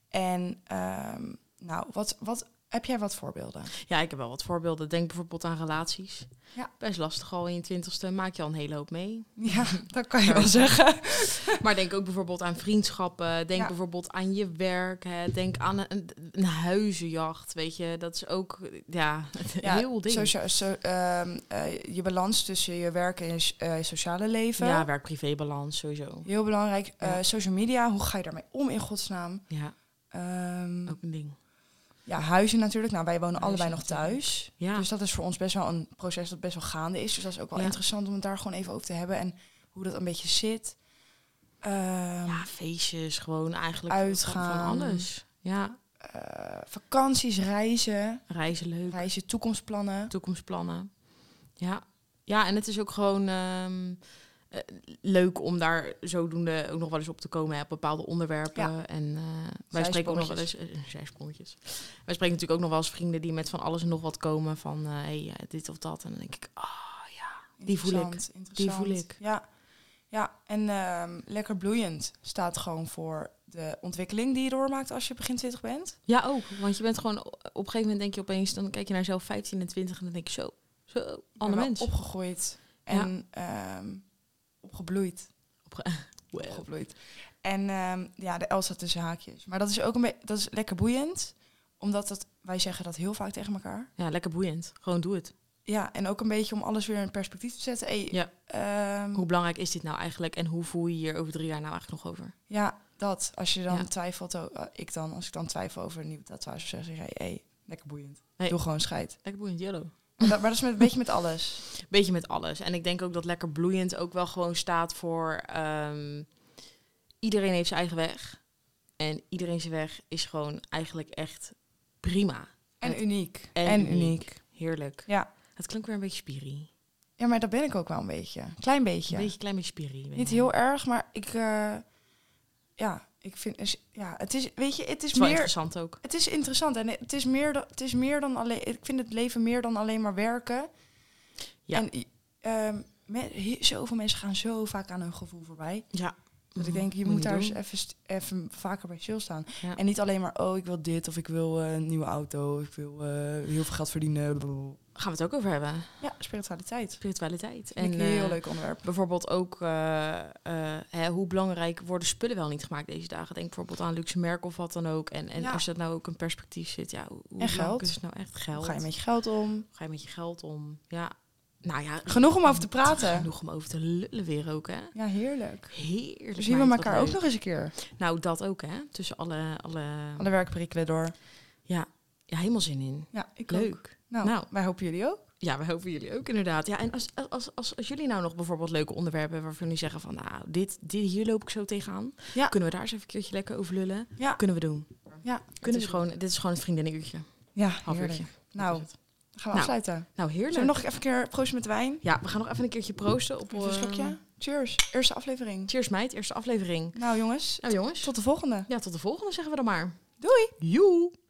Speaker 1: En ehm, nou, wat, wat heb jij wat
Speaker 2: (laughs)
Speaker 1: voorbeelden?
Speaker 2: Ja, ik heb wel wat voorbeelden. Denk bijvoorbeeld aan relaties.
Speaker 1: Ja.
Speaker 2: Best lastig al in je twintigste, maak je al een hele hoop mee.
Speaker 1: Ja, dat kan je
Speaker 2: Daar
Speaker 1: wel
Speaker 2: is-
Speaker 1: zeggen.
Speaker 2: Maar denk ook bijvoorbeeld aan vriendschappen. Denk
Speaker 1: Ja.
Speaker 2: bijvoorbeeld aan je werk. Hè. Denk aan een, een huizenjacht. Weet je, dat is ook ja, (laughs)
Speaker 1: (laughs)
Speaker 2: een
Speaker 1: Ja,
Speaker 2: heel ding.
Speaker 1: Socia- so- ehm, eh, je balans tussen je werk en je s- eh, je sociale leven.
Speaker 2: ja, werk-privé-balans sowieso.
Speaker 1: Heel belangrijk. Eh,
Speaker 2: Ja.
Speaker 1: social media, hoe ga je daarmee om in godsnaam?
Speaker 2: Ja,
Speaker 1: Ehm,
Speaker 2: ook een ding.
Speaker 1: Ja, huizen natuurlijk. Nou, wij wonen
Speaker 2: Huizen
Speaker 1: allebei nog
Speaker 2: natuurlijk.
Speaker 1: thuis.
Speaker 2: Ja,
Speaker 1: Dus dat is voor ons best wel een proces dat best wel gaande is. Dus dat is ook wel
Speaker 2: Ja.
Speaker 1: interessant om het daar gewoon even over te hebben. En hoe dat een beetje zit. Ehm,
Speaker 2: ja, feestjes, gewoon eigenlijk
Speaker 1: uitgaan.
Speaker 2: Van, van alles. Ja,
Speaker 1: eh, vakanties, reizen,
Speaker 2: reizen leuk,
Speaker 1: reizen, toekomstplannen.
Speaker 2: toekomstplannen. Ja. ja, en het is ook gewoon ehm, eh, leuk om daar zodoende ook nog wel eens op te komen hè, op bepaalde onderwerpen. En eh, wij spreken ook nog wel eens... eh, zijspoortjes. Wij spreken natuurlijk ook nog wel eens vrienden die met van alles en nog wat komen. Van, eh, hey, eh, dit of dat. En dan denk ik, ah ja, die voel ik.
Speaker 1: Interessant, interessant.
Speaker 2: voel ik.
Speaker 1: Ja, ja. en ehm, lekker bloeiend staat gewoon voor de ontwikkeling die je doormaakt als je begin 20 bent.
Speaker 2: Ja, ook. Want je bent gewoon... Op een gegeven moment denk je opeens... Dan kijk je naar zelf 15 en 20 en dan denk je zo... Zo,
Speaker 1: Ik ben
Speaker 2: ander
Speaker 1: wel
Speaker 2: mens.
Speaker 1: Opgegroeid en ehm, opgebloeid.
Speaker 2: (laughs) Wow.
Speaker 1: opgebloeid. En ehm, ja, de Elsa tussen haakjes. Maar dat is ook een beetje, dat is lekker boeiend, omdat dat, wij zeggen dat heel vaak tegen elkaar.
Speaker 2: Ja, lekker boeiend. Gewoon doe het.
Speaker 1: Ja, en ook een beetje om alles weer in perspectief te zetten. Hey,
Speaker 2: Ja.
Speaker 1: ehm,
Speaker 2: Hoe belangrijk is dit nou eigenlijk? En hoe voel je je hier over drie jaar nou eigenlijk nog over?
Speaker 1: ja, dat. Als je dan
Speaker 2: Ja.
Speaker 1: twijfelt, oh, eh, ik dan, als ik dan twijfel over een nieuwe tatoeage, zeg ik, hey, hey, lekker boeiend.
Speaker 2: Hey.
Speaker 1: Doe gewoon scheid.
Speaker 2: Lekker boeiend, yellow.
Speaker 1: Maar dat, maar dat is met, een beetje met alles.
Speaker 2: Beetje met alles. En ik denk ook dat lekker bloeiend ook wel gewoon staat voor... ehm, iedereen heeft zijn eigen weg. En iedereen zijn weg is gewoon eigenlijk echt prima. Het-
Speaker 1: En uniek.
Speaker 2: en
Speaker 1: En,
Speaker 2: uniek.
Speaker 1: uniek.
Speaker 2: Heerlijk.
Speaker 1: Ja.
Speaker 2: Het klinkt weer een beetje spiri.
Speaker 1: ja, maar dat ben ik ook wel een beetje. Klein beetje.
Speaker 2: Een beetje klein beetje spiri. ben
Speaker 1: Niet
Speaker 2: je.
Speaker 1: heel erg, maar ik... eh, ja, ik vind... is- Ja, het is... Weet je, het is,
Speaker 2: Het is wel
Speaker 1: meer...
Speaker 2: interessant ook.
Speaker 1: Het is interessant en het is meer, dan- het is meer dan alleen... Ik vind het leven meer dan alleen maar werken.
Speaker 2: Ja.
Speaker 1: En ehm, me- he- zoveel mensen gaan zo vaak aan hun gevoel voorbij.
Speaker 2: Ja. Mm-hmm.
Speaker 1: Dat ik denk, je
Speaker 2: Mhm. je
Speaker 1: moet daar
Speaker 2: doen.
Speaker 1: eens even, st- even vaker bij stilstaan.
Speaker 2: Ja.
Speaker 1: En niet alleen maar, oh, ik wil dit of ik wil eh, een nieuwe auto. Ik wil eh, heel veel geld verdienen. blablabla.
Speaker 2: Gaan we het ook over hebben.
Speaker 1: Ja, spiritualiteit.
Speaker 2: Spiritualiteit.
Speaker 1: Vind ik
Speaker 2: eh,
Speaker 1: een heel leuk onderwerp.
Speaker 2: Bijvoorbeeld ook eh, eh, hè, hoe belangrijk worden spullen wel niet gemaakt deze dagen. Denk bijvoorbeeld aan luxe merk of wat dan ook. En, en
Speaker 1: Ja.
Speaker 2: als dat nou ook een perspectief zit, ja, hoe- hoe belangrijk
Speaker 1: geld.
Speaker 2: is het nou echt geld?
Speaker 1: Hoe ga je met je geld om?
Speaker 2: Hoe ga je met je geld om? Ja, nou ja,
Speaker 1: Genoeg om over te praten.
Speaker 2: genoeg om over te lullen weer ook, hè?
Speaker 1: Ja, heerlijk. Dus
Speaker 2: Heerlijk.
Speaker 1: zien we
Speaker 2: meid, wat
Speaker 1: elkaar ook
Speaker 2: leuk.
Speaker 1: nog eens een keer.
Speaker 2: Nou, dat ook, hè? Tussen alle, alle
Speaker 1: Aan de werkprikkelen door.
Speaker 2: ja, ja, helemaal zin in.
Speaker 1: Ja, ik ook.
Speaker 2: Leuk.
Speaker 1: Nou,
Speaker 2: Nou.
Speaker 1: wij hopen jullie ook.
Speaker 2: Ja, we hopen jullie ook inderdaad. Ja, en als, als, als, als jullie nou nog bijvoorbeeld leuke onderwerpen hebben waarvan jullie zeggen van nou, dit, dit hier loop ik zo tegenaan.
Speaker 1: Ja.
Speaker 2: Kunnen we daar eens even een keertje lekker over lullen?
Speaker 1: Ja.
Speaker 2: Kunnen we doen.
Speaker 1: Ja,
Speaker 2: Kunnen we gewoon, dit is gewoon het vriendinnenuurtje.
Speaker 1: Ja,
Speaker 2: Half
Speaker 1: heerlijk.
Speaker 2: uurtje.
Speaker 1: Nou,
Speaker 2: Dat is het.
Speaker 1: dan gaan
Speaker 2: Nou,
Speaker 1: we afsluiten.
Speaker 2: Nou,
Speaker 1: Zullen we
Speaker 2: heerlijk.
Speaker 1: nog even een keer proosten met wijn?
Speaker 2: Ja, we gaan nog even een keertje proosten op
Speaker 1: Even een
Speaker 2: eh,
Speaker 1: slokje. Cheers. Eerste aflevering.
Speaker 2: Cheers meid, eerste aflevering.
Speaker 1: Nou jongens,
Speaker 2: Nou jongens,
Speaker 1: tot de volgende.
Speaker 2: ja, tot de volgende zeggen we dan maar.
Speaker 1: Doei.
Speaker 2: Joe!